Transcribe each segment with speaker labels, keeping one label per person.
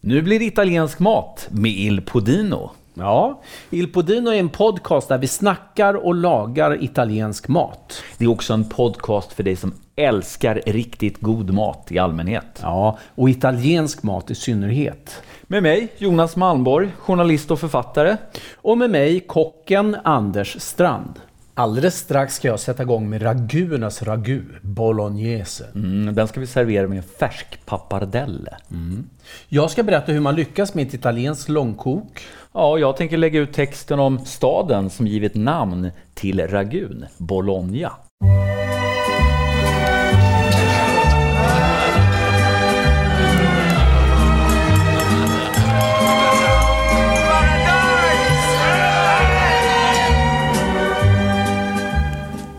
Speaker 1: Nu blir det italiensk mat med Il Podino.
Speaker 2: Ja, Il Podino är en podcast där vi snackar och lagar italiensk mat.
Speaker 1: Det är också en podcast för dig som älskar riktigt god mat i allmänhet.
Speaker 2: Ja, och italiensk mat i synnerhet.
Speaker 1: Med mig, Jonas Malmborg, journalist och författare.
Speaker 2: Och med mig, kocken Anders Strand.
Speaker 3: Alldeles strax ska jag sätta igång med raguernas ragu, bolognese.
Speaker 1: Mm, den ska vi servera med en färsk pappardelle.
Speaker 4: Mm.
Speaker 2: Jag ska berätta hur man lyckas med ett italienskt långkok.
Speaker 1: Ja, jag tänker lägga ut texten om staden som givit namn till ragun, Bologna.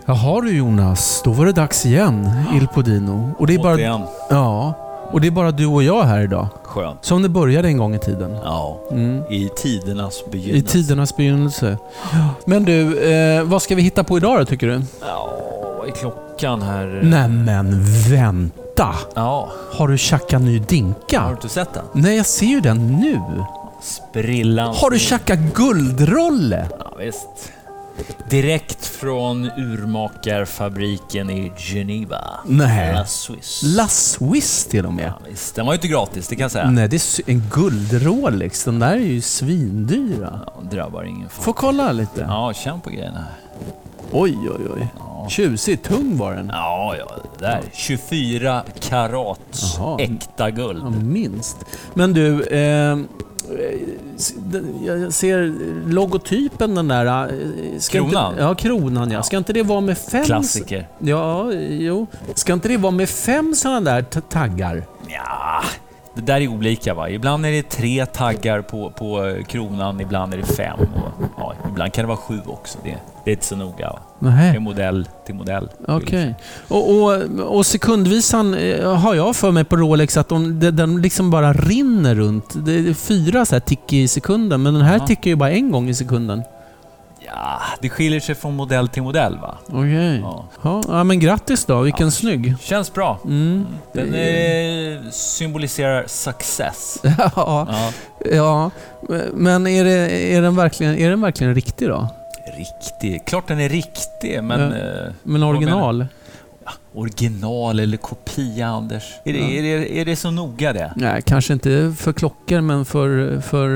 Speaker 4: Jaha du Jonas, då var det dags igen, Il Podino. Och det är bara,
Speaker 1: Återigen.
Speaker 4: ja, och det är bara du och jag här idag.
Speaker 1: Skönt.
Speaker 4: Som det började en gång i tiden.
Speaker 1: Ja, i tidernas
Speaker 4: Mm. I
Speaker 1: begynnelse.
Speaker 4: tidernas begynnelse. Men du, eh, vad ska vi hitta på idag då tycker du?
Speaker 1: Ja, vad är klockan här?
Speaker 4: Mm. Nämen vänta!
Speaker 1: Ja,
Speaker 4: Har du tjackat ny
Speaker 1: har du
Speaker 4: dinka?
Speaker 1: inte sett den?
Speaker 4: Nej, jag ser ju den nu.
Speaker 1: Sprillans
Speaker 4: Har du tjackat guldrolle?
Speaker 1: Ja, visst. Direkt från urmakarfabriken i Geneva.
Speaker 4: Nej.
Speaker 1: La Suisse.
Speaker 4: La Swiss till och med.
Speaker 1: Ja, visst. Den var ju inte gratis, det kan jag säga.
Speaker 4: Nej, det är sy- en guldrolex. Den där är ju svindyra.
Speaker 1: Ja, drabbar ingen fan.
Speaker 4: Får kolla lite.
Speaker 1: Ja, känn på grejerna här.
Speaker 4: Oj, oj, oj. Tjusig. Tung var den.
Speaker 1: Ja, ja, det där. 24 karats
Speaker 4: Jaha.
Speaker 1: äkta
Speaker 4: Ja,
Speaker 1: guld.
Speaker 4: minst. Men du, eh, s- den- jag ser logotypen den där... eh, Ska
Speaker 1: Kronan?
Speaker 4: Inte, ja, kronan ja. Ska inte det vara med fem...
Speaker 1: Klassiker.
Speaker 4: Ja, jo. Ska inte det vara med fem sådana där ta- taggar?
Speaker 1: Ja, det där är olika va. Ibland är det tre taggar på, på eh, kronan, ibland är det fem. Och, ja, ibland kan det vara sju också. Det, det är inte så noga. Va? Det är
Speaker 4: Nej.
Speaker 1: modell till modell.
Speaker 4: Okej. Och, och, och sekundvisan eh, har jag för mig på Rolex att de, de- den liksom bara rinner runt. Det är fyra så här tick i sekunden, men den här
Speaker 1: Ja.
Speaker 4: tickar ju bara en gång i sekunden.
Speaker 1: Ja, det skiljer sig från modell till modell va.
Speaker 4: Okej.
Speaker 1: Ja.
Speaker 4: Ja. ja, men grattis då. Vilken snygg.
Speaker 1: Känns bra.
Speaker 4: Mm.
Speaker 1: Den eh, symboliserar success.
Speaker 4: ja,
Speaker 1: Ja.
Speaker 4: ja, men är, det, är, den verkligen, är den verkligen riktig då?
Speaker 1: Riktig. Klart den är riktig, men...
Speaker 4: Ja.
Speaker 1: Eh,
Speaker 4: Men original?
Speaker 1: original eller kopia, Anders? Är det,
Speaker 4: Ja.
Speaker 1: är, det, är det så noga det?
Speaker 4: Nej, kanske inte för klockor, men för, för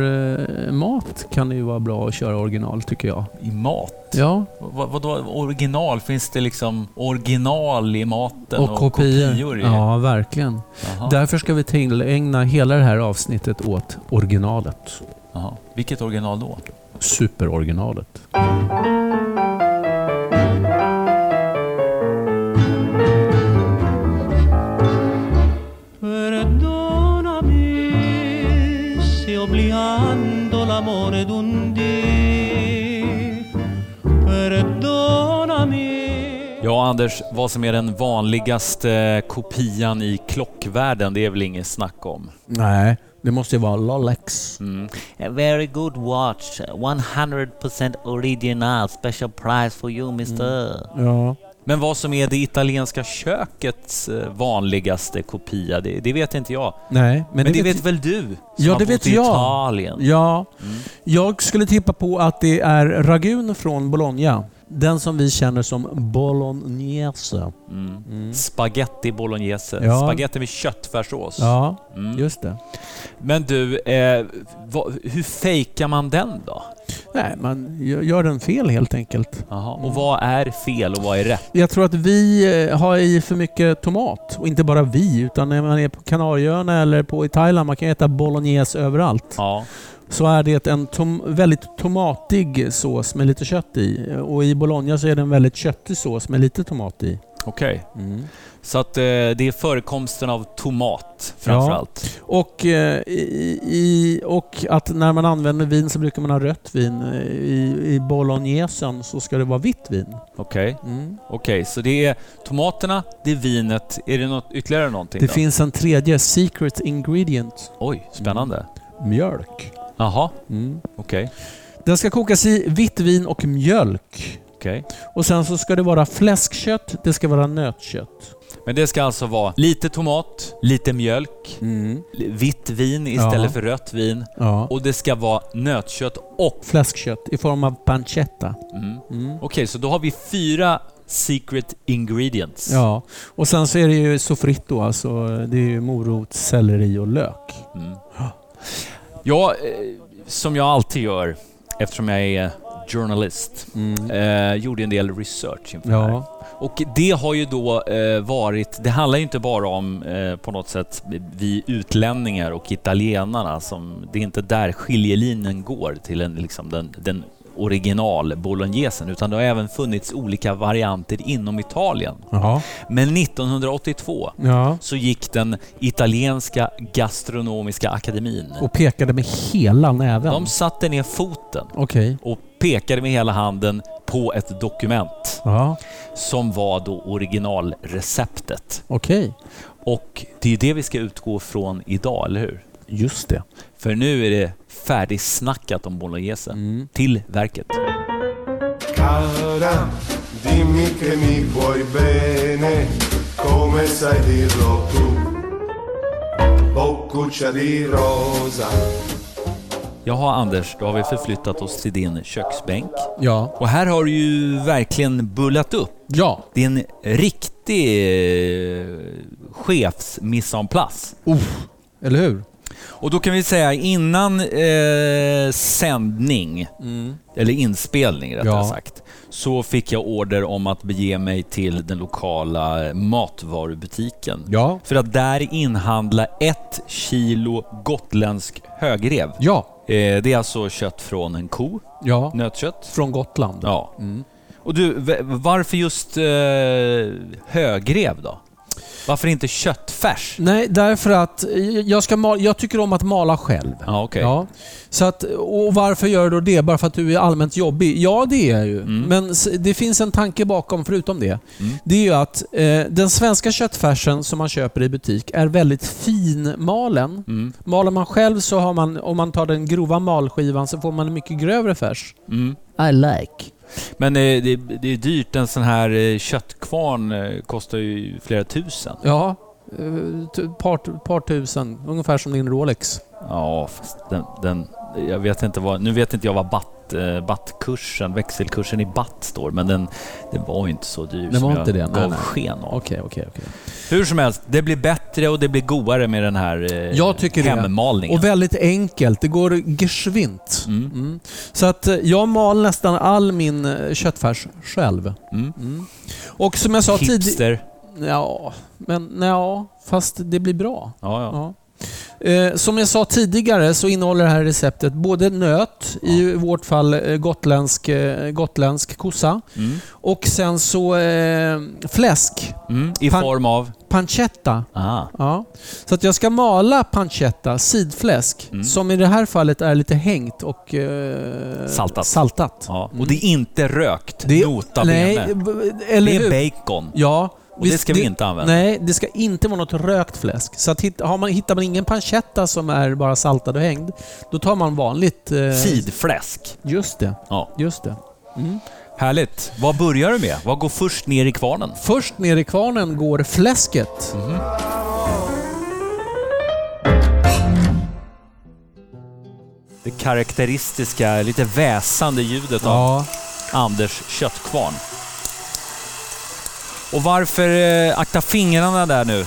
Speaker 4: eh, mat kan det ju vara bra att köra original tycker jag.
Speaker 1: I mat?
Speaker 4: Ja,
Speaker 1: Vad, vadå original? Finns det liksom original i maten och,
Speaker 4: och kopior.
Speaker 1: i?
Speaker 4: Ja, verkligen.
Speaker 1: Jaha,
Speaker 4: Därför ska vi tillägna hela det här avsnittet åt originalet.
Speaker 1: jaha. Vilket original då?
Speaker 4: Superoriginalet.
Speaker 5: Perdonami se obliando l'amore d'un dì. Perdonami.
Speaker 1: Ja, Anders, vad som är den vanligaste kopian i klockvärlden, det är väl inget snack om?
Speaker 4: Nej, det måste ju vara Lolex.
Speaker 6: A very good watch. Uh, 100% original. Special price for you, mister.
Speaker 4: Ja.
Speaker 1: Men vad som är det italienska kökets eh, vanligaste kopia, det, det vet inte jag.
Speaker 4: Nej, men,
Speaker 1: Men, det,
Speaker 4: vet-
Speaker 1: vet väl du? Som
Speaker 4: Ja,
Speaker 1: har
Speaker 4: det
Speaker 1: bott
Speaker 4: vet
Speaker 1: i
Speaker 4: jag.
Speaker 1: Italien. Mm.
Speaker 4: Ja, jag skulle tippa på att det är ragun från Bologna. Den som vi känner som bolognese.
Speaker 1: Mm. Spaghetti bolognese.
Speaker 4: Ja.
Speaker 1: Spaghetti med köttfärssås.
Speaker 4: Ja,
Speaker 1: Mm.
Speaker 4: just det.
Speaker 1: Men du, eh, vad, hur fejkar man den då?
Speaker 4: Nej, man gö- gör den fel helt enkelt.
Speaker 1: Jaha. Och vad är fel och vad är rätt?
Speaker 4: Jag tror att vi eh, har i för mycket tomat. Och inte bara vi, utan när man är på Kanarieöarna eller på i Thailand, man kan äta bolognese överallt.
Speaker 1: Ja.
Speaker 4: Så är det en tom, väldigt tomatig sås med lite kött i. Och i Bologna så är det en väldigt köttig sås med lite tomat i.
Speaker 1: Okej. Så att eh, det är förekomsten av tomat framförallt.
Speaker 4: Och, eh, i, i, och att när man använder vin så brukar man ha rött vin. Eh, I, i bolognesen så ska det vara vitt vin.
Speaker 1: Okej,
Speaker 4: Mm.
Speaker 1: okej. Så det är tomaterna, det är vinet. Är det något, ytterligare någonting?
Speaker 4: Det
Speaker 1: då?
Speaker 4: finns en tredje secret ingredient.
Speaker 1: Oj, spännande.
Speaker 4: Mjölk.
Speaker 1: Jaha, okej.
Speaker 4: Mm. Den ska kokas i vitt vin och mjölk.
Speaker 1: Okej.
Speaker 4: Och sen så ska det vara fläskkött, det ska vara nötkött.
Speaker 1: Men det ska alltså vara lite tomat, lite mjölk,
Speaker 4: Mm.
Speaker 1: li- vitt vin istället
Speaker 4: Ja.
Speaker 1: för rött vin
Speaker 4: Ja. Och
Speaker 1: och det ska vara nötkött och...
Speaker 4: fläskkött i form av pancetta.
Speaker 1: Mm.
Speaker 4: Mm.
Speaker 1: Okej, så då har vi fyra secret ingredients.
Speaker 4: Ja, och sen så är det ju soffritto alltså. Det är ju morot, selleri och lök.
Speaker 1: Mm. Ja, eh, som jag alltid gör eftersom jag är journalist,
Speaker 4: Mm.
Speaker 1: eh, gjorde en del research inför det här.
Speaker 4: Ja,
Speaker 1: Och det har ju då eh, varit, det handlar ju inte bara om eh, på något sätt vi utlänningar och italienarna som, det är inte där skiljelinjen går till en, liksom den, den original bolognesen utan det har även funnits olika varianter inom Italien.
Speaker 4: ja,
Speaker 1: Men 1982
Speaker 4: ja.
Speaker 1: så gick den italienska gastronomiska akademin.
Speaker 4: Och pekade med hela näven.
Speaker 1: De satte ner foten
Speaker 4: Okej.
Speaker 1: och pekade med hela handen på ett dokument
Speaker 4: Ja,
Speaker 1: som var då originalreceptet.
Speaker 4: okej.
Speaker 1: Och det är ju det vi ska utgå från idag, eller hur?
Speaker 4: Just det.
Speaker 1: För nu är det färdigsnackat om bolognesen. Till verket.
Speaker 7: Cara, dimmi che mi vuoi bene, come sai dirlo tu. Boccuccia di rosa,
Speaker 1: Jaha Anders, då har vi förflyttat oss till din köksbänk.
Speaker 4: Ja.
Speaker 1: Och här har du ju verkligen bullat upp.
Speaker 4: Ja.
Speaker 1: Det är en riktig eh, chefs mise en place.
Speaker 4: Uff. Eller hur?
Speaker 1: Och då kan vi säga innan eh, sändning, eller inspelning rättare
Speaker 4: Ja.
Speaker 1: sagt, så fick jag order om att bege mig till den lokala matvarubutiken.
Speaker 4: Ja.
Speaker 1: För att där inhandla ett kilo gotländsk högrev.
Speaker 4: Ja.
Speaker 1: Eh, det är alltså kött från en ko,
Speaker 4: Ja.
Speaker 1: nötkött.
Speaker 4: Från Gotland.
Speaker 1: Ja. Och du, v- varför just eh, högrev då? Varför inte köttfärs?
Speaker 4: Nej, därför att eh, jag, ska mal, jag tycker om att mala själv.
Speaker 1: Ja, okej.
Speaker 4: Ja. Så att, och varför gör du då det? Bara för att du är allmänt jobbig? Ja, det är jag ju. Men s- det finns en tanke bakom, förutom det. Det är ju att eh, den svenska köttfärsen som man köper i butik är väldigt finmalen. Maler man själv så har man, om man tar den grova malskivan, så får man en mycket grövre färs.
Speaker 1: Mm.
Speaker 4: I like.
Speaker 1: Men eh, det, det är dyrt. En sån här eh, köttkvarn eh, kostar ju flera tusen.
Speaker 4: Ja. eh, t- Par, par tusen, ungefär som din Rolex.
Speaker 1: Ja, fast den, den, jag vet inte vad, nu vet inte jag vad batt, eh, battkursen, växelkursen i batt står, men den, den var ju inte så dyr
Speaker 4: Den var
Speaker 1: som
Speaker 4: inte det,
Speaker 1: jag
Speaker 4: nej,
Speaker 1: gav
Speaker 4: nej.
Speaker 1: sken av.
Speaker 4: Okej, okej, okej.
Speaker 1: Hur som helst, det blir bättre och det blir godare med den här eh,
Speaker 4: Jag tycker det.
Speaker 1: hemmalningen.
Speaker 4: Och väldigt enkelt. Det går geschwint.
Speaker 1: Mm.
Speaker 4: Mm. Så att eh, jag mal nästan all min eh, köttfärs själv.
Speaker 1: Mm.
Speaker 4: Och som jag sa tidigare...
Speaker 1: Hipster.
Speaker 4: Ja, men ja, fast det blir bra.
Speaker 1: Ja, ja.
Speaker 4: Ja. Eh, som jag sa tidigare så innehåller det här receptet både nöt, i vårt fall eh, gotländsk, eh, gotländsk kossa,
Speaker 1: Mm.
Speaker 4: och sen så eh, fläsk,
Speaker 1: Mm. I
Speaker 4: Pan-
Speaker 1: form av...
Speaker 4: pancetta.
Speaker 1: Ah.
Speaker 4: Ja. Så att jag ska mala pancetta, sidfläsk,
Speaker 1: Mm.
Speaker 4: som i det här fallet är lite hängt och eh,
Speaker 1: Saltat.
Speaker 4: saltat.
Speaker 1: Ja.
Speaker 4: Mm.
Speaker 1: Och det är inte rökt,
Speaker 4: Det-
Speaker 1: nota
Speaker 4: Nej,
Speaker 1: bene.
Speaker 4: b- eller
Speaker 1: Det
Speaker 4: hur?
Speaker 1: är bacon.
Speaker 4: Ja.
Speaker 1: Och det ska vi inte använda.
Speaker 4: Nej, det ska inte vara något rökt fläsk. Så att hitta, har man, hittar man ingen pancetta som är bara saltad och hängd, då tar man vanligt... Eh,
Speaker 1: Sidfläsk.
Speaker 4: Just det.
Speaker 1: Ja.
Speaker 4: Just det.
Speaker 1: Härligt. Vad börjar du med? Vad går först ner i kvarnen?
Speaker 4: Först ner i kvarnen går fläsket.
Speaker 1: Mm. Det karaktäristiska, lite väsande ljudet av
Speaker 4: Ja.
Speaker 1: Anders köttkvarn. Och varför... Eh, akta fingrarna där nu.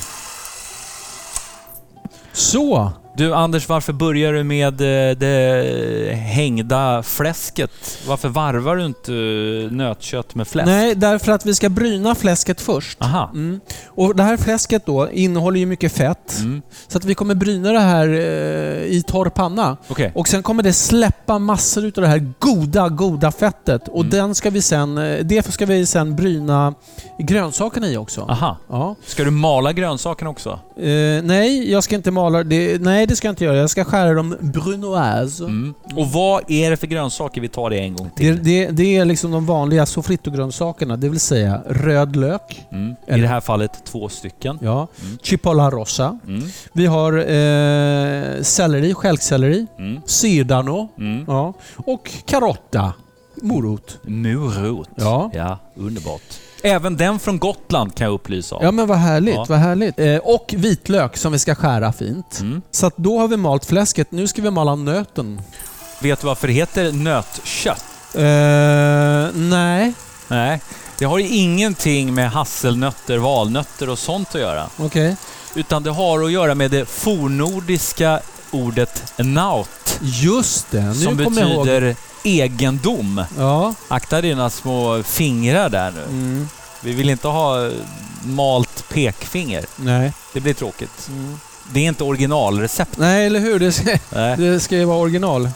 Speaker 4: Så.
Speaker 1: Du Anders, varför börjar du med eh, det hängda fläsket? Varför varvar du inte eh, nötkött med fläsk?
Speaker 4: Nej, därför att vi ska bryna fläsket först.
Speaker 1: Aha.
Speaker 4: Mm. Och Det här fläsket då innehåller ju mycket fett.
Speaker 1: Mm.
Speaker 4: Så att vi kommer bryna det här eh, i torr panna.
Speaker 1: Okej.
Speaker 4: Och sen kommer det släppa massor utav det här goda, goda fettet.
Speaker 1: Mm.
Speaker 4: Och den ska vi sen, eh, det ska vi sen bryna grönsakerna i också.
Speaker 1: Aha.
Speaker 4: Ja.
Speaker 1: Ska du mala grönsakerna också?
Speaker 4: Eh, nej, jag ska inte mala det. Nej, det ska jag inte göra. Jag ska skära dem brunoise.
Speaker 1: Mm. Och vad är det för grönsaker? Vi tar det en gång
Speaker 4: Det,
Speaker 1: till.
Speaker 4: det, det är liksom de vanliga soffritto-grönsakerna, det vill säga röd lök,
Speaker 1: Mm. I det här fallet två stycken.
Speaker 4: ja, chipolla rossa,
Speaker 1: Mm.
Speaker 4: vi har eh, selleri, stjälkselleri,
Speaker 1: Mm.
Speaker 4: sirdano
Speaker 1: Mm.
Speaker 4: ja, och karotta. Morot.
Speaker 1: Morot.
Speaker 4: Ja.
Speaker 1: ja, underbart. Även den från Gotland kan jag upplysa om.
Speaker 4: Ja men vad härligt,
Speaker 1: Ja.
Speaker 4: vad härligt. Mm. Eh, och vitlök som vi ska skära fint. Så att då har vi malt fläsket. Nu ska vi mala nöten.
Speaker 1: Vet du varför det heter nötkött?
Speaker 4: Eh, nej,
Speaker 1: Nej, det har ju ingenting med hasselnötter, valnötter och sånt att göra.
Speaker 4: okej.
Speaker 1: Utan det har att göra med det fornnordiska ordet naut,
Speaker 4: Just det, nu
Speaker 1: som
Speaker 4: kommer jag ihåg.
Speaker 1: betyder egendom.
Speaker 4: Ja,
Speaker 1: Akta dina små fingrar där nu.
Speaker 4: Mm.
Speaker 1: Vi vill inte ha eh, malt pekfinger.
Speaker 4: nej.
Speaker 1: Det blir tråkigt.
Speaker 4: Mm.
Speaker 1: Det är inte originalrecept.
Speaker 4: Nej, eller hur? Det ska,
Speaker 1: Nej.
Speaker 4: det ska ju vara original.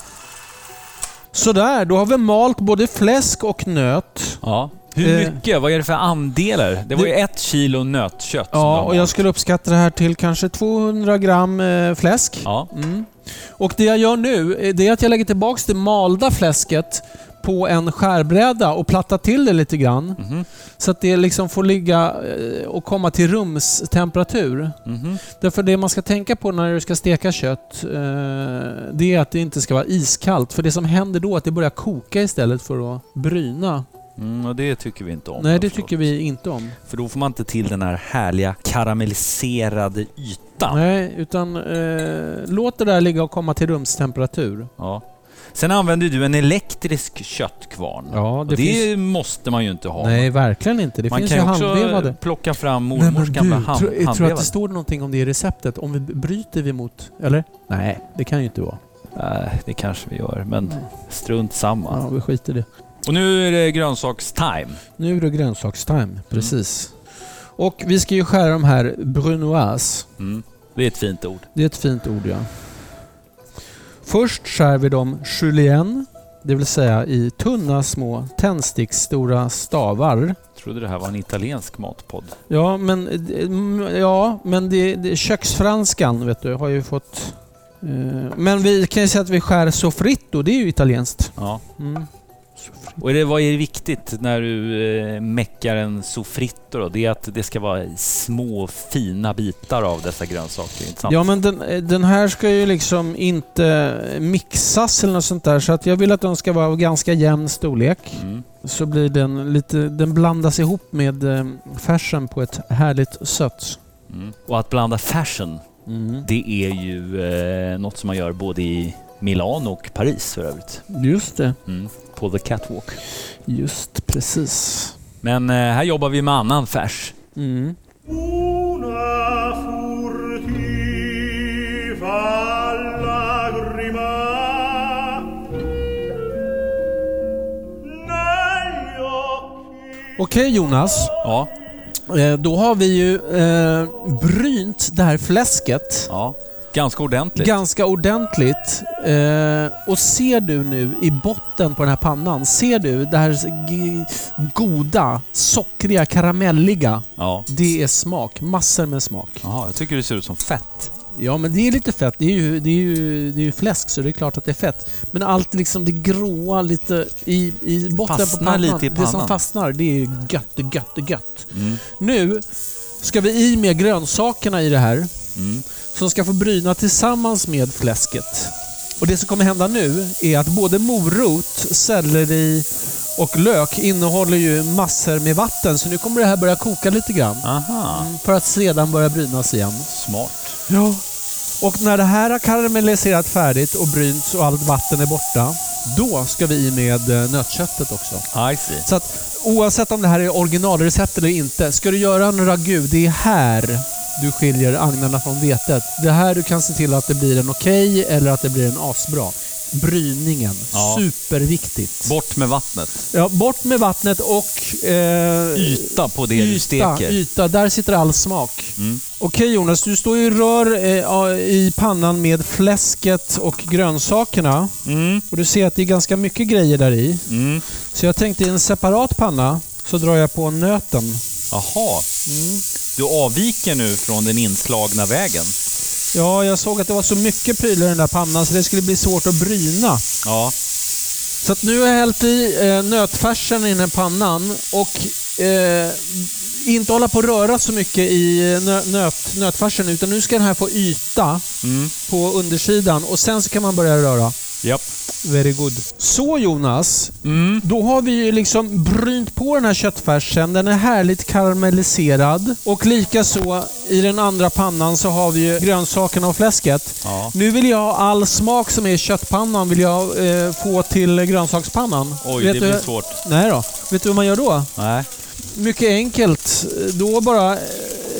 Speaker 4: Sådär, då har vi malt både fläsk och nöt.
Speaker 1: Ja. Hur
Speaker 4: Eh.
Speaker 1: mycket? Vad är det för andelar? Det var ju ett kilo nötkött. som
Speaker 4: Ja,
Speaker 1: de
Speaker 4: och
Speaker 1: har.
Speaker 4: jag skulle uppskatta det här till kanske 200 gram eh, fläsk.
Speaker 1: Ja.
Speaker 4: Mm. Och det jag gör nu, eh, det är att jag lägger tillbaks det malda fläsket på en skärbräda och plattar till det lite grann.
Speaker 1: Mhm.
Speaker 4: Så att det liksom får ligga eh, och komma till rumstemperatur.
Speaker 1: Mhm.
Speaker 4: Därför det man ska tänka på när du ska steka kött, eh, det är att det inte ska vara iskallt. För det som händer då är att det börjar koka istället för att bryna.
Speaker 1: Mm, och det tycker vi inte om.
Speaker 4: Nej, det
Speaker 1: förstås.
Speaker 4: tycker vi inte om.
Speaker 1: För då får man inte till den här härliga karamelliserade ytan.
Speaker 4: Nej, utan eh, låt det där ligga och komma till rumstemperatur.
Speaker 1: Ja. Sen använder du en elektrisk köttkvarn.
Speaker 4: Ja,
Speaker 1: Och
Speaker 4: det
Speaker 1: det
Speaker 4: finns-
Speaker 1: måste man ju inte ha.
Speaker 4: Nej, verkligen inte. Det
Speaker 1: man
Speaker 4: finns
Speaker 1: kan
Speaker 4: ju
Speaker 1: ju också
Speaker 4: handvevade.
Speaker 1: plocka fram mormors gamla hand,
Speaker 4: tror, jag tror att
Speaker 1: handvevade.
Speaker 4: det står någonting om det i receptet? Om vi bryter vi mot... Eller? Nej, det kan ju inte vara.
Speaker 1: Nej, Äh, det kanske vi gör, men strunt samma.
Speaker 4: Ja, vi skiter i det.
Speaker 1: Och nu är det grönsakstime.
Speaker 4: Nu är det grönsakstime, precis. Och vi ska ju skära de här brunoise.
Speaker 1: Mm. Det är ett fint ord.
Speaker 4: Det är ett fint ord ja. Först skär vi dem julienne, det vill säga i tunna små tändsticksstora stavar.
Speaker 1: Jag trodde det här var en italiensk matpodd.
Speaker 4: Ja, men, mm, ja, men det, det, köksfranskan vet du, har ju fått... eh, men vi kan ju säga att vi skär soffritto, det är ju italienskt.
Speaker 1: Ja.
Speaker 4: Mm.
Speaker 1: Och är det, vad är det viktigt när du eh, meckar en soffritto då? Det är att det ska vara små fina bitar av dessa grönsaker, inte sant?
Speaker 4: Ja, men den, eh, den här ska ju liksom inte mixas eller något sånt där, så att jag vill att den ska vara av ganska jämn storlek.
Speaker 1: Mm.
Speaker 4: Så blir den lite... Den blandas ihop med eh, färsen på ett härligt sött.
Speaker 1: Mm. Och att blanda fashion, det är ju eh, något som man gör både i Milano och Paris för övrigt.
Speaker 4: Just det.
Speaker 1: Mm. På the catwalk.
Speaker 4: Just precis.
Speaker 1: Men eh, här jobbar vi med annan färs.
Speaker 4: Mm.
Speaker 8: Una furtiva lagrima negli occhi
Speaker 4: Okej Jonas.
Speaker 1: Ja,
Speaker 4: Eh, Då har vi ju eh, brynt det här fläsket
Speaker 1: ja. Ganska ordentligt.
Speaker 4: ganska ordentligt. Eh, och ser du nu i botten på den här pannan, ser du det här g- goda, sockriga, karamelliga?
Speaker 1: ja.
Speaker 4: Det är smak. Massor med smak.
Speaker 1: Jaha, jag tycker det ser ut som fett.
Speaker 4: Ja, men det är lite fett. Det är ju, det är ju, det är ju fläsk, så det är klart att det är fett. Men allt liksom det gråa lite i, i botten på
Speaker 1: Fastnar
Speaker 4: pannan.
Speaker 1: lite i
Speaker 4: Det som
Speaker 1: pannan.
Speaker 4: fastnar, det är ju gött, det är gött, det är gött.
Speaker 1: Mm,
Speaker 4: Nu ska vi i med grönsakerna i det här.
Speaker 1: mm.
Speaker 4: Som ska få bryna tillsammans med fläsket. Och det som kommer hända nu är att både morot, selleri och lök innehåller ju massor med vatten. Så nu kommer det här börja koka lite grann.
Speaker 1: Aha,
Speaker 4: För att sedan börja brynas igen.
Speaker 1: smart.
Speaker 4: Ja. Och när det här har karamelliserat färdigt och brynts och allt vatten är borta, då ska vi i med eh, nötköttet också.
Speaker 1: I see.
Speaker 4: Så att oavsett om det här är originalrecept eller inte, ska du göra en ragu, det är här du skiljer agnarna från vetet. Det är här du kan se till att det blir en okej eller att det blir en asbra. Bryningen.
Speaker 1: Ja.
Speaker 4: Superviktigt.
Speaker 1: Bort med vattnet.
Speaker 4: ja, bort med vattnet och... Eh,
Speaker 1: Yta på det du
Speaker 4: Yta,
Speaker 1: steker. Mm.
Speaker 4: yta, där sitter all smak. Okej Jonas, du står ju i rör eh, ja, i pannan med fläsket och grönsakerna.
Speaker 1: Mm.
Speaker 4: Och du ser att det är ganska mycket grejer där i. Så jag tänkte i en separat panna så drar jag på nöten.
Speaker 1: Jaha.
Speaker 4: Mm.
Speaker 1: Du avviker nu från den inslagna vägen.
Speaker 4: Ja, jag såg att det var så mycket prylar i den där pannan så det skulle bli svårt att bryna.
Speaker 1: Ja.
Speaker 4: Så att nu har jag hällt i eh, nötfärsen i den här pannan och eh, inte hålla på att röra så mycket i eh, nö, nöt, nötfärsen utan nu ska den här få yta på undersidan och sen så kan man börja röra.
Speaker 1: Japp.
Speaker 4: Very good. Så Jonas,
Speaker 1: Mm.
Speaker 4: då har vi ju liksom brynt på den här köttfärsen. Den är härligt karamelliserad. Och likaså i den andra pannan så har vi ju grönsakerna och fläsket.
Speaker 1: Ja.
Speaker 4: Nu vill jag ha all smak som är i köttpannan vill jag eh, få till grönsakspannan.
Speaker 1: Oj, det blir svårt.
Speaker 4: Nej då. Vet du hur man gör då?
Speaker 1: Nej.
Speaker 4: Mycket enkelt. Då bara eh,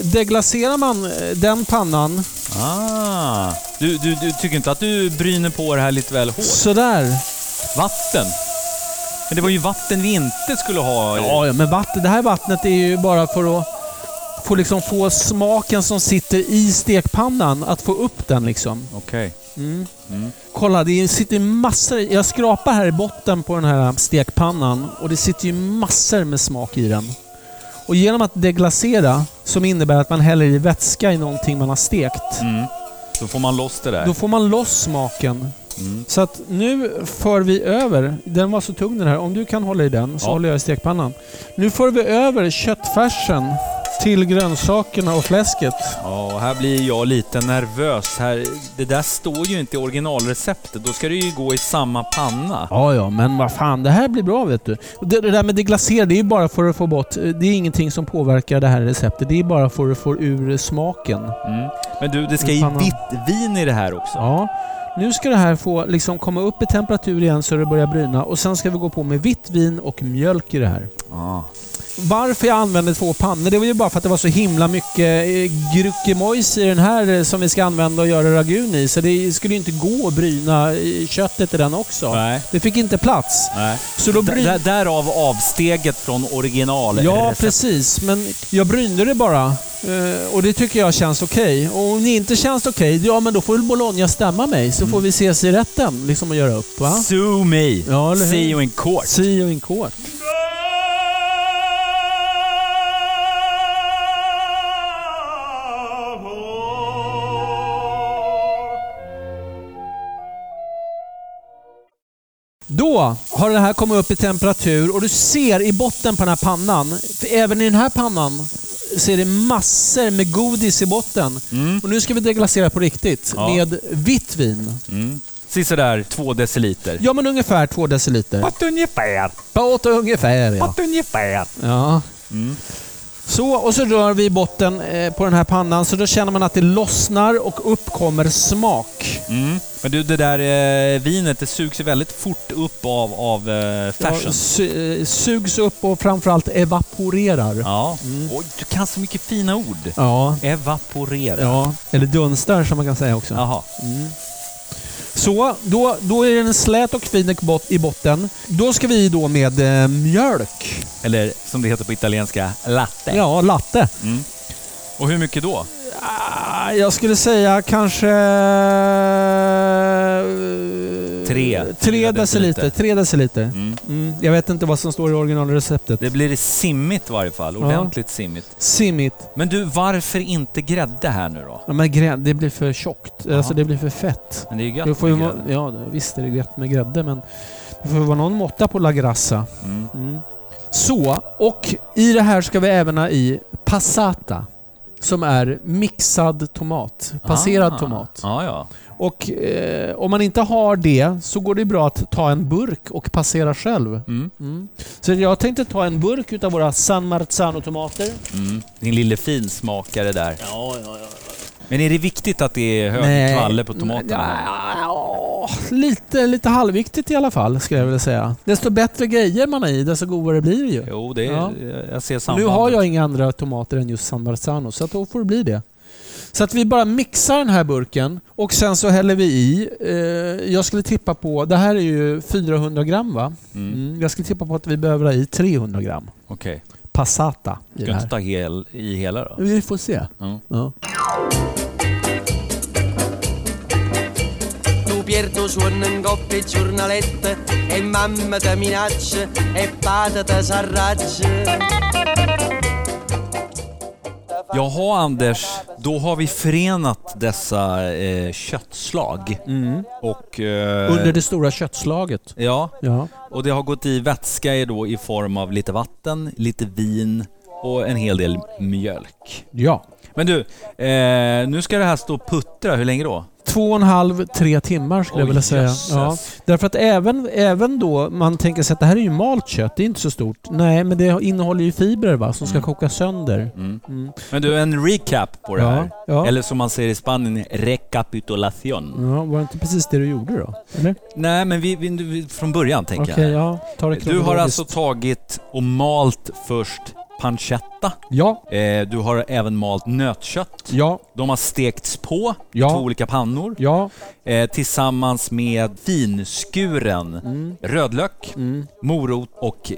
Speaker 4: deglacerar man eh, den pannan
Speaker 1: Ah. Du, du, du tycker inte att du bryner på det här lite väl hårt?
Speaker 4: sådär.
Speaker 1: Vatten? Men det var ju vatten vi inte skulle ha.
Speaker 4: Ja, ja, men vatten, det här vattnet är ju bara för att få, liksom få smaken som sitter i stekpannan, att få upp den liksom.
Speaker 1: Okej.
Speaker 4: Kolla, det sitter massor. Jag skrapar här i botten på den här stekpannan och det sitter ju massor med smak i den. Och genom att deglacera, som innebär att man häller i vätska i någonting man har stekt,
Speaker 1: Då får man loss det där.
Speaker 4: då får man loss smaken. Så att nu för vi över, den var så tung den här, om du kan hålla i den så
Speaker 1: Ja.
Speaker 4: håller jag i stekpannan. Nu för vi över köttfärsen till grönsakerna och fläsket.
Speaker 1: Ja, och här blir jag lite nervös. Här, det där står ju inte i originalreceptet. Då ska det ju gå i samma panna.
Speaker 4: Ja, ja, men vad fan, det här blir bra vet du. Och Det, det där med det glaserade, det är ju bara för att få bort, eh, det är ingenting som påverkar det här receptet. Det är bara för att få ur smaken.
Speaker 1: Mm. Men du, det ska
Speaker 4: I
Speaker 1: i
Speaker 4: pannan.
Speaker 1: vitt vin i det här också.
Speaker 4: Ja, nu ska det här få liksom komma upp i temperatur igen så det börjar bryna och sen ska vi gå på med vitt vin och mjölk i det här.
Speaker 1: Ah.
Speaker 4: Varför jag använde två pannor, det var ju bara för att det var så himla mycket eh, gryckemojs i den här eh, som vi ska använda och göra ragun i. Så det skulle ju inte gå att bryna eh, köttet i den också.
Speaker 1: Nej.
Speaker 4: Det fick inte plats.
Speaker 1: Nej.
Speaker 4: Så då bryn...
Speaker 1: Där, därav avsteget från originalreceptet.
Speaker 4: Ja, precis. Men jag brynde det bara. Eh, Och det tycker jag känns okej. Och om det inte känns okej, ja men då får väl Bologna stämma mig. Så får vi ses i rätten liksom och göra upp. Va?
Speaker 1: Sue me!
Speaker 4: Ja, eller hur?
Speaker 1: See you in court.
Speaker 4: See you in court. Då har det här kommit upp i temperatur och du ser i botten på den här pannan, för även i den här pannan ser det massor med godis i botten. Och nu ska vi deglacera på riktigt
Speaker 1: Ja.
Speaker 4: med vitt vin.
Speaker 1: Sisådär två deciliter.
Speaker 4: Ja, men ungefär två deciliter.
Speaker 1: Vad ungefär.
Speaker 4: Båt ungefär ja. Mm.
Speaker 1: Vad ungefär.
Speaker 4: ja. Så, och så rör vi botten eh, på den här pannan så då känner man att det lossnar och uppkommer smak.
Speaker 1: Mm. Men du, det där eh, vinet det sugs ju väldigt fort upp av, av eh, färsen.
Speaker 4: Ja, su- eh, sugs upp och framförallt evaporerar. Ja. Mm.
Speaker 1: Ja. Oj, du kan så mycket fina ord.
Speaker 4: Ja.
Speaker 1: Evaporera.
Speaker 4: Eller dunstar som man kan säga också.
Speaker 1: Jaha.
Speaker 4: Så, då, då är den slät och fin i bot- i botten. Då ska vi då med eh, mjölk.
Speaker 1: Eller som det heter på italienska, latte.
Speaker 4: Ja, latte.
Speaker 1: Och hur mycket då?
Speaker 4: Ah, Jag skulle säga kanske... eh,
Speaker 1: Tre.
Speaker 4: Tre
Speaker 1: Fyra
Speaker 4: deciliter. Tre deciliter. Mm. Jag vet inte vad som står i originalreceptet.
Speaker 1: Det blir simmigt i varje fall. Ordentligt simmigt.
Speaker 4: Simmigt.
Speaker 1: Men du, varför inte grädde här nu då?
Speaker 4: Ja, men grä- det blir för tjockt. Alltså det blir för fett.
Speaker 1: Men det är ju gött
Speaker 4: Det får ju
Speaker 1: med
Speaker 4: vara-
Speaker 1: grädde.
Speaker 4: ja, visst är det gött med grädde men det får ju vara någon måtta på la grassa.
Speaker 1: Mm.
Speaker 4: Mm. Så, och i det här ska vi även ha i passata. Som är mixad tomat. Passerad
Speaker 1: Ah.
Speaker 4: tomat.
Speaker 1: Ja, ja.
Speaker 4: Och eh, om man inte har det så går det bra att ta en burk och passera själv.
Speaker 1: Mm.
Speaker 4: Så jag tänkte ta en burk utav våra San Marzano-tomater.
Speaker 1: Mm. Din lille finsmakare där. Men är det viktigt att det är hög kvalle på tomaterna?
Speaker 4: Ja, lite, lite halvviktigt i alla fall skulle jag vilja säga. Desto bättre grejer man har i, desto godare blir det ju.
Speaker 1: Jo, det är,
Speaker 4: Ja.
Speaker 1: jag ser
Speaker 4: Nu
Speaker 1: sambandet.
Speaker 4: har jag inga andra tomater än just San Marzano, så att då får det bli det. Så att vi bara mixar den här burken och sen så häller vi i. Eh, jag skulle tippa på, det här är ju 400 gram va?
Speaker 1: Mm.
Speaker 4: Mm, jag skulle tippa på att vi behöver ha i 300 gram
Speaker 1: Okej.
Speaker 4: passata i
Speaker 1: Ska
Speaker 4: det
Speaker 1: du inte
Speaker 4: här.
Speaker 1: ta hel, i hela då?
Speaker 4: Vi får se.
Speaker 1: Ja.
Speaker 4: Ja.
Speaker 9: Tu Pierto suona in coppia il giornaletto e mamma ti minaccia e pata ti s'arraccia.
Speaker 1: Jaha Anders, då har vi förenat dessa eh, köttslag. Och, eh,
Speaker 4: Mm. Under det stora köttslaget.
Speaker 1: Ja,
Speaker 4: Ja.
Speaker 1: och det har gått i vätska i då i form av lite vatten, lite vin och en hel del mjölk.
Speaker 4: Ja.
Speaker 1: Men du, eh, nu ska det här stå och puttra. Hur länge då?
Speaker 4: Två och en halv, tre timmar skulle jag
Speaker 1: Oj,
Speaker 4: vilja säga.
Speaker 1: jösses.
Speaker 4: Ja. Därför att även, även då man tänker sig att det här är ju malt kött, det är inte så stort. Nej, men det innehåller ju fibrer va,
Speaker 1: Mm.
Speaker 4: som ska koka sönder.
Speaker 1: Men du, en recap på det
Speaker 4: Ja,
Speaker 1: här.
Speaker 4: ja.
Speaker 1: Eller som man säger i Spanien, recapitulation.
Speaker 4: Ja, var det inte precis det du gjorde då? Eller?
Speaker 1: Nej, men vi, vi, vi, från början tänker
Speaker 4: Okej,
Speaker 1: jag.
Speaker 4: ja. Ta det
Speaker 1: Du har alltså
Speaker 4: kronologiskt.
Speaker 1: tagit och malt först pancetta.
Speaker 4: Ja,
Speaker 1: Eh, du har även malt nötkött.
Speaker 4: ja,
Speaker 1: De har stekts på i
Speaker 4: Ja.
Speaker 1: två olika pannor
Speaker 4: ja.
Speaker 1: eh, tillsammans med finskuren
Speaker 4: Mm.
Speaker 1: rödlök, morot och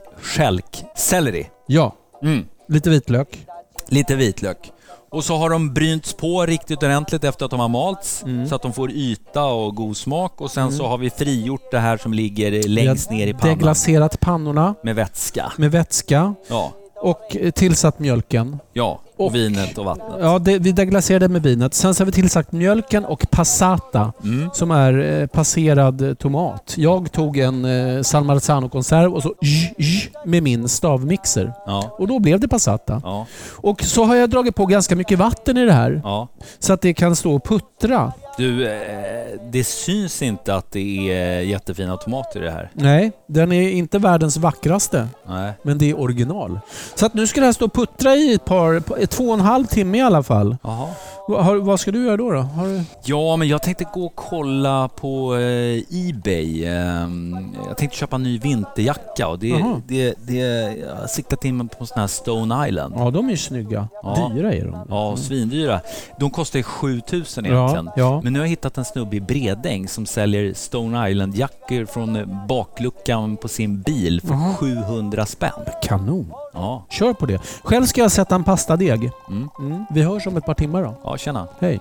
Speaker 1: stjälkselleri.
Speaker 4: Ja.
Speaker 1: Mm.
Speaker 4: Lite vitlök.
Speaker 1: Lite vitlök. Och så har de brynts på riktigt ordentligt efter att de har malts så att de får yta och god smak. Och sen så har vi frigjort det här som ligger längst
Speaker 4: Vi har
Speaker 1: ner i pannan
Speaker 4: Deglacerat pannorna
Speaker 1: med vätska.
Speaker 4: med vätska
Speaker 1: Ja,
Speaker 4: och eh, tillsatt mjölken.
Speaker 1: ja. Och, vinet och vattnet.
Speaker 4: Ja, det, vi deglacerade med vinet. Sen så har vi tillsatt mjölken och passata,
Speaker 1: Mm,
Speaker 4: som är eh, passerad eh, tomat. Jag tog en eh, Salmarzano-konserv och så j, j, med min stavmixer.
Speaker 1: Ja,
Speaker 4: Och då blev det passata.
Speaker 1: ja,
Speaker 4: Och så har jag dragit på ganska mycket vatten i det här,
Speaker 1: ja.
Speaker 4: så att det kan stå och puttra.
Speaker 1: Du, eh, det syns inte att det är jättefina tomater i det här.
Speaker 4: Nej, den är inte världens vackraste.
Speaker 1: Nej.
Speaker 4: Men det är original. Så att nu ska det här stå och puttra i ett par, på- eh, två och en halv timme i alla fall.
Speaker 1: Jaha.
Speaker 4: Va- har, vad ska du göra då? då? Har du...
Speaker 1: Ja, men jag tänkte gå och kolla på eh, Ebay. Ehm, jag tänkte köpa en ny vinterjacka och det,
Speaker 4: Jaha.
Speaker 1: det, det, jag har siktat in mig på en sån här Stone Island.
Speaker 4: Ja, de är ju snygga.
Speaker 1: Ja.
Speaker 4: Dyra är de.
Speaker 1: Ja, svindyra. De kostar ju 7000
Speaker 4: Mm. Ja,
Speaker 1: egentligen.
Speaker 4: ja.
Speaker 1: Men nu har jag hittat en snubbe i Bredäng som säljer Stone Island-jackor från eh, bakluckan på sin bil för 700 spänn.
Speaker 4: Kanon.
Speaker 1: Ja,
Speaker 4: Kör på det. Själv ska jag sätta en pastadeg.
Speaker 1: Mm.
Speaker 4: Mm. Vi hörs om ett par timmar då.
Speaker 1: ja tjena.
Speaker 4: Hej.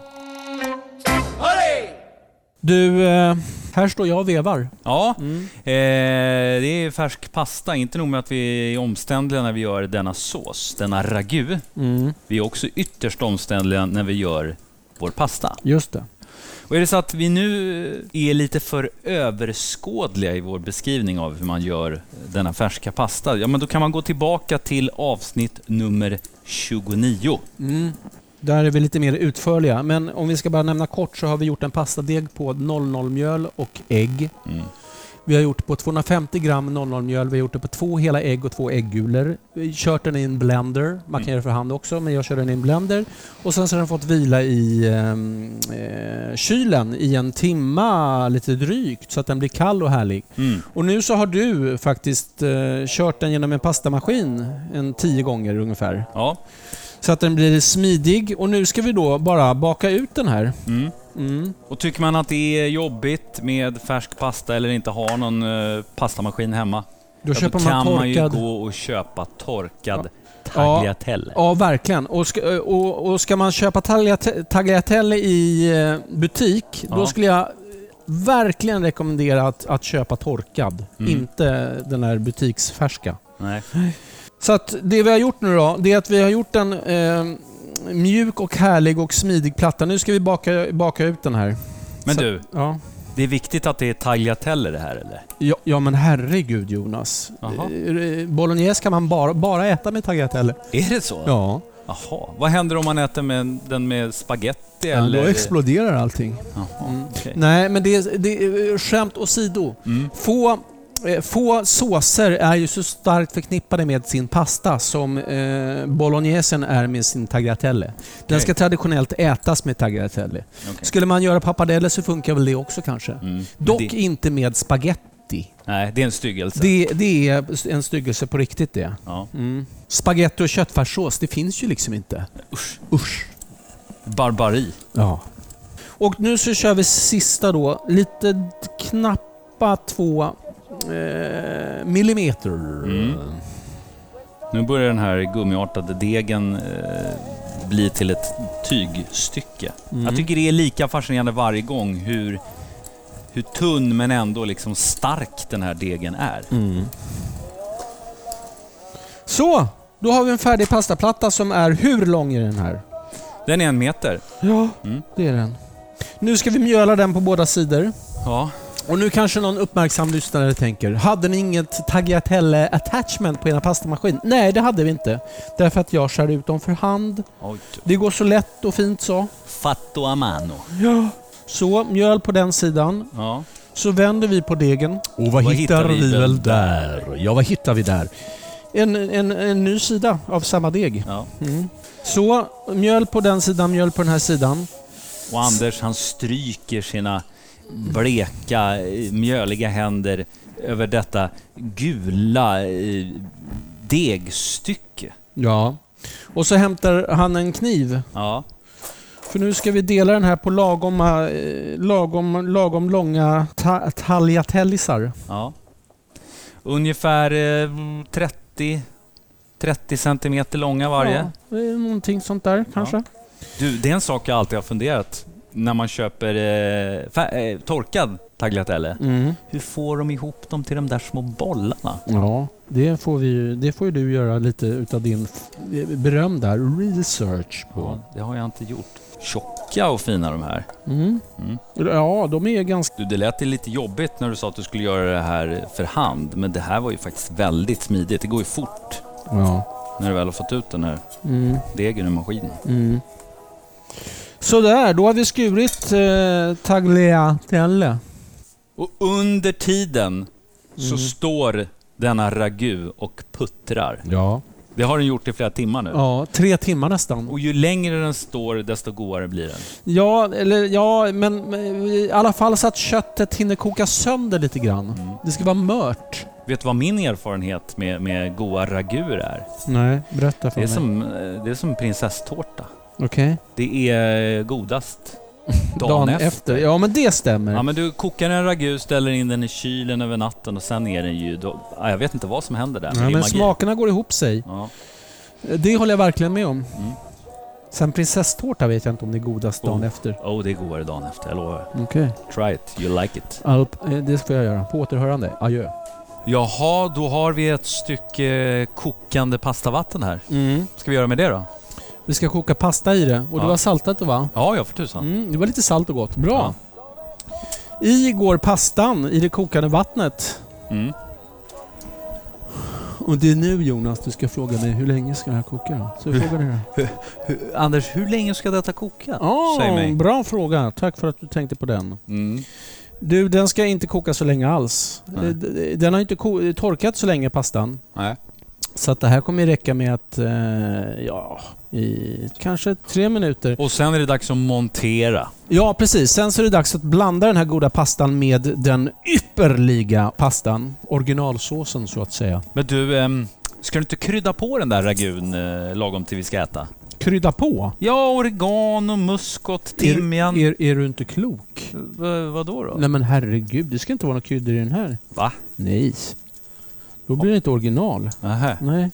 Speaker 4: Du, eh, här står jag och vevar.
Speaker 1: Ja, eh, det är färsk pasta. Inte nog med att vi är omständliga när vi gör denna sås, denna ragu. Vi är också ytterst omständliga när vi gör vår pasta.
Speaker 4: Just det.
Speaker 1: Och är det så att vi nu eh, är lite för överskådliga i vår beskrivning av hur man gör denna färska pasta, ja men då kan man gå tillbaka till avsnitt nummer 29.
Speaker 4: Där är vi lite mer utförliga. Men om vi ska bara nämna kort så har vi gjort en pastadeg på 00-mjöl och ägg.
Speaker 1: Mm.
Speaker 4: Vi har gjort på 250 gram 00-mjöl. Vi har gjort det på två hela ägg och två äggulor. Vi har Kört den i en blender. Man
Speaker 1: Mm.
Speaker 4: kan göra det för hand också, men jag kör den i en blender. Och sen så har den fått vila i ehm, eh, kylen i en timma, lite drygt, så att den blir kall och härlig.
Speaker 1: Mm.
Speaker 4: Och nu så har du faktiskt eh, kört den genom en pastamaskin en tio gånger ungefär.
Speaker 1: Ja,
Speaker 4: Så att den blir smidig. Och nu ska vi då bara baka ut den här.
Speaker 1: Mm.
Speaker 4: Mm.
Speaker 1: och tycker man att det är jobbigt med färsk pasta eller inte har någon eh, pastamaskin hemma,
Speaker 4: Då
Speaker 1: Ja,
Speaker 4: köper
Speaker 1: då
Speaker 4: man
Speaker 1: kan man ju
Speaker 4: torkad.
Speaker 1: gå och köpa torkad
Speaker 4: Ja.
Speaker 1: tagliatelle.
Speaker 4: Ja, verkligen. Och ska, och, och ska man köpa tagliate- tagliatelle i eh, butik,
Speaker 1: Ja.
Speaker 4: då skulle jag verkligen rekommendera att, att köpa torkad. Inte den här butiksfärska.
Speaker 1: Nej.
Speaker 4: Så att det vi har gjort nu då, det är att vi har gjort en eh, mjuk och härlig och smidig platta. Nu ska vi baka, baka ut den här.
Speaker 1: Men
Speaker 4: Så-
Speaker 1: du,
Speaker 4: Ja.
Speaker 1: det är viktigt att det är tagliatelle det här eller?
Speaker 4: Ja, ja men herregud Jonas.
Speaker 1: Jaha.
Speaker 4: Eh, Bolognese kan man bara, bara äta med tagliatelle.
Speaker 1: Är det så?
Speaker 4: Ja.
Speaker 1: Jaha. Vad händer om man äter med, den med spaghetti
Speaker 4: Eller...
Speaker 1: eller?
Speaker 4: Då Mm. exploderar allting.
Speaker 1: Jaha, okej.
Speaker 4: Nej, men det, det eh, skämt åsido.
Speaker 1: Mm.
Speaker 4: Få, eh, få såser är ju så starkt förknippade med sin pasta som eh, bolognesen är med sin tagliatelle. Den
Speaker 1: Okej.
Speaker 4: ska traditionellt ätas med tagliatelle.
Speaker 1: Okej. Mm.
Speaker 4: Skulle man göra pappadeller så funkar väl det också kanske. Dock
Speaker 1: det-
Speaker 4: inte med spaghetti.
Speaker 1: Nej, det är en styggelse.
Speaker 4: Det, Mm. det är en styggelse på riktigt det.
Speaker 1: Ja.
Speaker 4: Spaghetti och köttfärssås, det finns ju liksom inte.
Speaker 1: Usch.
Speaker 4: Usch.
Speaker 1: Barbari.
Speaker 4: Ja. Och nu så kör vi sista då. Lite d- knappa två eh, millimeter.
Speaker 1: Nu börjar den här gummiartade degen eh, bli till ett tygstycke.
Speaker 4: Mm.
Speaker 1: Jag tycker det är lika fascinerande varje gång hur, hur tunn men ändå liksom stark den här degen är.
Speaker 4: Mm. Så! Då har vi en färdig pastaplatta som är... Hur lång är den här? Mm.
Speaker 1: Den är en meter.
Speaker 4: Ja, det är den. Nu ska vi mjöla den på båda sidor.
Speaker 1: Ja.
Speaker 4: Och nu kanske någon uppmärksam lyssnare tänker, hade ni inget tagliatelle attachment på era pastamaskin? Nej, det hade vi inte. Därför att jag skär ut dem för hand.
Speaker 1: Oj då.
Speaker 4: Det går så lätt och fint så.
Speaker 6: Fatto a mano.
Speaker 4: Så, mjöl på den sidan.
Speaker 1: Ja.
Speaker 4: Så vänder vi på degen. Och vad,
Speaker 1: hittar vi väl
Speaker 4: där? Ja, vad hittar vi där? En, en, en ny sida av samma deg.
Speaker 1: Ja.
Speaker 4: Så, mjöl på den sidan, mjöl på den här sidan.
Speaker 1: Och Anders han stryker sina bleka, eh, mjöliga händer över detta gula eh, degstycke.
Speaker 4: Ja. Och så hämtar han en kniv.
Speaker 1: Ja.
Speaker 4: För nu ska vi dela den här på lagom, eh, lagom, lagom långa ta, tagliatellisar.
Speaker 1: ja. Ungefär eh, 30, 30 centimeter långa varje.
Speaker 4: Ja, det är någonting sånt där kanske.
Speaker 1: Du, det är en sak jag alltid har funderat när man köper eh, fär, eh, torkad tagliatelle.
Speaker 4: Mm.
Speaker 1: Hur får de ihop dem till de där små bollarna?
Speaker 4: Ja, det får, vi, ju- det får ju du göra lite utav din f- berömda research på.
Speaker 1: Ja, det har jag inte gjort. Tjocka och fina de här.
Speaker 4: Mm.
Speaker 1: Mm.
Speaker 4: Ja, de är ganska...
Speaker 1: Du, det lät ju lite jobbigt när du sa att du skulle göra det här för hand, men det här var ju faktiskt väldigt smidigt. Det går ju fort
Speaker 4: Ja.
Speaker 1: när du väl har fått ut den här
Speaker 4: Mm.
Speaker 1: degen ur maskinen.
Speaker 4: Mm. Sådär, då har vi skurit eh, tagliatelle.
Speaker 1: Och under tiden så står denna ragu och puttrar.
Speaker 4: Ja.
Speaker 1: Det har den gjort i flera timmar nu.
Speaker 4: ja, tre timmar nästan.
Speaker 1: Och ju längre den står, desto godare blir den.
Speaker 4: Ja, eller, ja men, men i alla fall så att köttet hinner koka sönder lite grann. Det ska vara mört.
Speaker 1: Vet du vad min erfarenhet med, med goda raguer är?
Speaker 4: Nej, berätta för
Speaker 1: Det är,
Speaker 4: mig.
Speaker 1: som, eh, det är som prinsesstårta.
Speaker 4: Okej.
Speaker 1: Det är eh, godast dagen,
Speaker 4: Dagen
Speaker 1: efter.
Speaker 4: efter. Ja, men det stämmer.
Speaker 1: Ja, men du kokar en ragu, ställer in den i kylen över natten och sen är den ju... Då, ja, jag vet inte vad som händer där, men
Speaker 4: Ja,
Speaker 1: det är
Speaker 4: men
Speaker 1: magi.
Speaker 4: smakerna går ihop sig.
Speaker 1: Ja.
Speaker 4: Det håller jag verkligen med om. Sen prinsesstårta vet jag inte om det är godast dagen
Speaker 1: Mm. Oh.
Speaker 4: efter.
Speaker 1: Oh, det är godare dagen efter, jag lovar.
Speaker 4: Okej.
Speaker 1: Try it, you like it.
Speaker 4: Alp, eh, det får jag göra. På återhörande. Adjö.
Speaker 1: Jaha, då har vi ett stycke kokande pastavatten här. Ska vi göra med det då?
Speaker 4: Vi ska koka pasta i det. Och
Speaker 1: Mm. Ja.
Speaker 4: det var saltat va?
Speaker 1: Ja, ja för tusan.
Speaker 4: Mm, det var lite salt och gott. Bra. I går pastan i det kokande vattnet.
Speaker 1: Mm.
Speaker 4: Och det är nu Jonas du ska fråga mig hur länge ska det här koka då? Så jag frågar dig det.
Speaker 1: Hur- Anders, hur länge ska detta koka? Säg
Speaker 4: Oh,
Speaker 1: mig.
Speaker 4: bra fråga. Tack för att du tänkte på den.
Speaker 1: Mm.
Speaker 4: Du, den ska inte koka så länge alls.
Speaker 1: Nej.
Speaker 4: Eh, d- Den har inte ko- torkat så länge, pastan.
Speaker 1: Nej.
Speaker 4: Så att det här kommer ju räcka med att, eh, ja, i kanske tre minuter.
Speaker 1: Och sen är det dags att montera.
Speaker 4: Ja, precis. Sen så är det dags att blanda den här goda pastan med den ypperliga pastan. Originalsåsen, så att säga.
Speaker 1: Men du, ehm, ska du inte krydda på den där ragun eh, lagom till vi ska äta?
Speaker 4: Krydda på.
Speaker 1: Ja, oregano, muskot, timjan.
Speaker 4: Är, är, är du inte klok?
Speaker 1: V- vadå då?
Speaker 4: Nej men herregud, det ska inte vara några kryddor i den här.
Speaker 1: Va?
Speaker 4: Nej. Då blir det inte original.
Speaker 1: Nähä.
Speaker 4: Nej.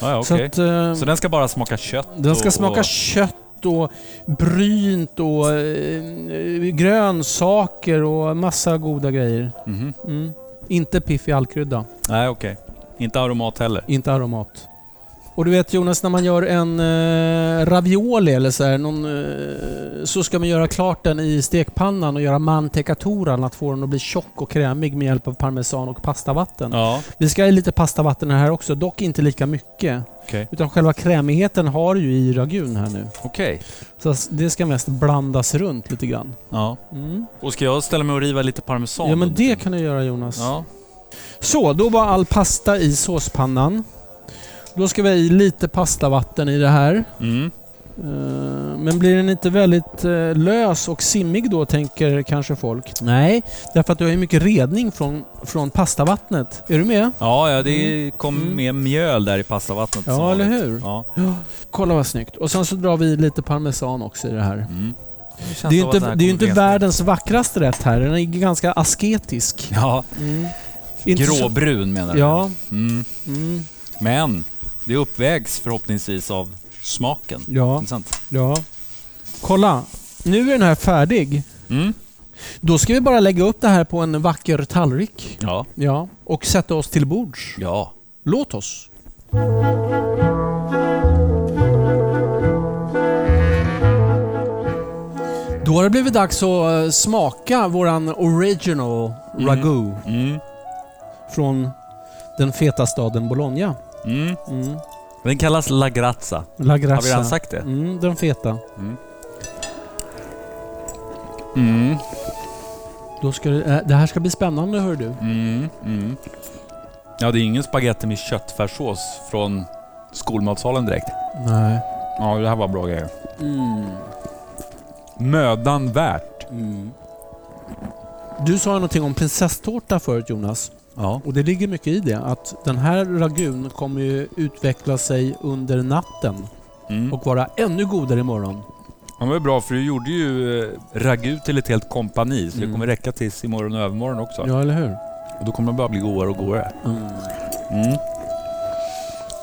Speaker 1: Ja, ja, okej.
Speaker 4: Så att, eh,
Speaker 1: Så den ska bara smaka kött?
Speaker 4: Den ska
Speaker 1: och-
Speaker 4: smaka
Speaker 1: och-
Speaker 4: kött och brynt och eh, grönsaker och massa goda grejer.
Speaker 1: Mhm.
Speaker 4: Mm. Inte piff i allkrydda.
Speaker 1: Nej, okej. Inte aromat heller.
Speaker 4: Inte aromat. Och du vet Jonas, när man gör en eh, ravioli eller så, här, någon, eh, så ska man göra klart den i stekpannan och göra manteca-touran, att få den att bli tjock och krämig med hjälp av parmesan och pastavatten.
Speaker 1: Ja,
Speaker 4: Vi ska ha i lite pastavatten här också, dock inte lika mycket.
Speaker 1: Okej.
Speaker 4: Utan själva krämigheten har du ju i ragun här nu.
Speaker 1: okej.
Speaker 4: Så det ska mest blandas runt lite grann.
Speaker 1: Ja. Och ska jag ställa mig och riva lite parmesan?
Speaker 4: Ja men
Speaker 1: under
Speaker 4: det
Speaker 1: tiden?
Speaker 4: kan du göra Jonas.
Speaker 1: Ja.
Speaker 4: Så, då var all pasta i såspannan. Då ska vi ha i lite pastavatten i det här.
Speaker 1: Mm.
Speaker 4: Eh, Men blir den inte väldigt eh, lös och simmig då, tänker kanske folk? Nej, därför att du har ju mycket redning från, från pastavattnet. Är du med?
Speaker 1: ja, ja, det kom
Speaker 4: Mm.
Speaker 1: med mjöl där i pastavattnet som
Speaker 4: Ja, eller
Speaker 1: vanligt.
Speaker 4: hur?
Speaker 1: Ja.
Speaker 4: Kolla vad snyggt. Och sen så drar vi i lite parmesan också i det här.
Speaker 1: Mm. känns
Speaker 4: Det är ju
Speaker 1: som att
Speaker 4: inte,
Speaker 1: här
Speaker 4: det är ju
Speaker 1: kommer
Speaker 4: inte
Speaker 1: bli en-
Speaker 4: världens vackraste rätt här. Den är ganska asketisk.
Speaker 1: Ja,
Speaker 4: Inte så-
Speaker 1: gråbrun menar du?
Speaker 4: Ja.
Speaker 1: Mm.
Speaker 4: Mm.
Speaker 1: Men det uppvägs förhoppningsvis av smaken.
Speaker 4: Ja.
Speaker 1: Intressant.
Speaker 4: Ja. Kolla. Nu är den här färdig.
Speaker 1: Mm.
Speaker 4: Då ska vi bara lägga upp det här på en vacker tallrik.
Speaker 1: Ja.
Speaker 4: Ja. Och sätta oss till bords.
Speaker 1: Ja.
Speaker 4: Låt oss. Då har det blivit dags att eh, smaka våran original ragu
Speaker 1: Mm.
Speaker 4: från den feta staden Bologna.
Speaker 1: Mm.
Speaker 4: Mm.
Speaker 1: Den kallas La Grazza.
Speaker 4: La
Speaker 1: Har vi
Speaker 4: Grassa.
Speaker 1: redan sagt det?
Speaker 4: Mm, den feta.
Speaker 1: Mm.
Speaker 4: Då ska det, eh, det här ska bli spännande hör du.
Speaker 1: Mm. Mm. Ja, det är ingen spagetti med köttfärssås från skolmatsalen direkt.
Speaker 4: Nej.
Speaker 1: Ja, det här var bra grejer. Mödan värt.
Speaker 4: Mm. Du sa ju någonting om prinsesstårta förut Jonas.
Speaker 1: Ja.
Speaker 4: Och det ligger mycket i det. Att den här ragun kommer ju utveckla sig under natten
Speaker 1: Mm.
Speaker 4: och vara ännu godare imorgon.
Speaker 1: Det var ju bra för du gjorde ju eh, ragu till ett helt kompani så det
Speaker 4: Mm.
Speaker 1: kommer räcka tills imorgon och övermorgon också.
Speaker 4: Ja, eller hur?
Speaker 1: Och då kommer de bara bli godare och godare.
Speaker 4: Mm.
Speaker 1: Mm.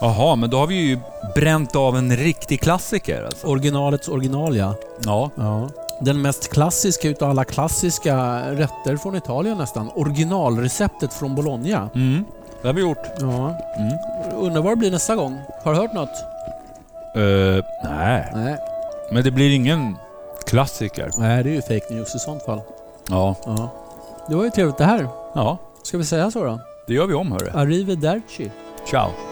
Speaker 1: Jaha, men då har vi ju bränt av en riktig klassiker alltså.
Speaker 4: Originalets original ja.
Speaker 1: Ja.
Speaker 4: ja. Den mest klassiska utav alla klassiska rätter från Italien nästan. Originalreceptet från Bologna.
Speaker 1: Mm. Det har vi gjort.
Speaker 4: Ja.
Speaker 1: Mm.
Speaker 4: Undrar vad det blir nästa gång. Har du hört något?
Speaker 1: Eh, nej,
Speaker 4: Nej.
Speaker 1: men det blir ingen klassiker.
Speaker 4: Nej, det är ju fake news i sånt fall.
Speaker 1: Ja.
Speaker 4: Ja. Det var ju trevligt det här.
Speaker 1: Ja,
Speaker 4: Ska vi säga så då?
Speaker 1: det gör vi om hörru.
Speaker 4: Arrivederci.
Speaker 1: Ciao.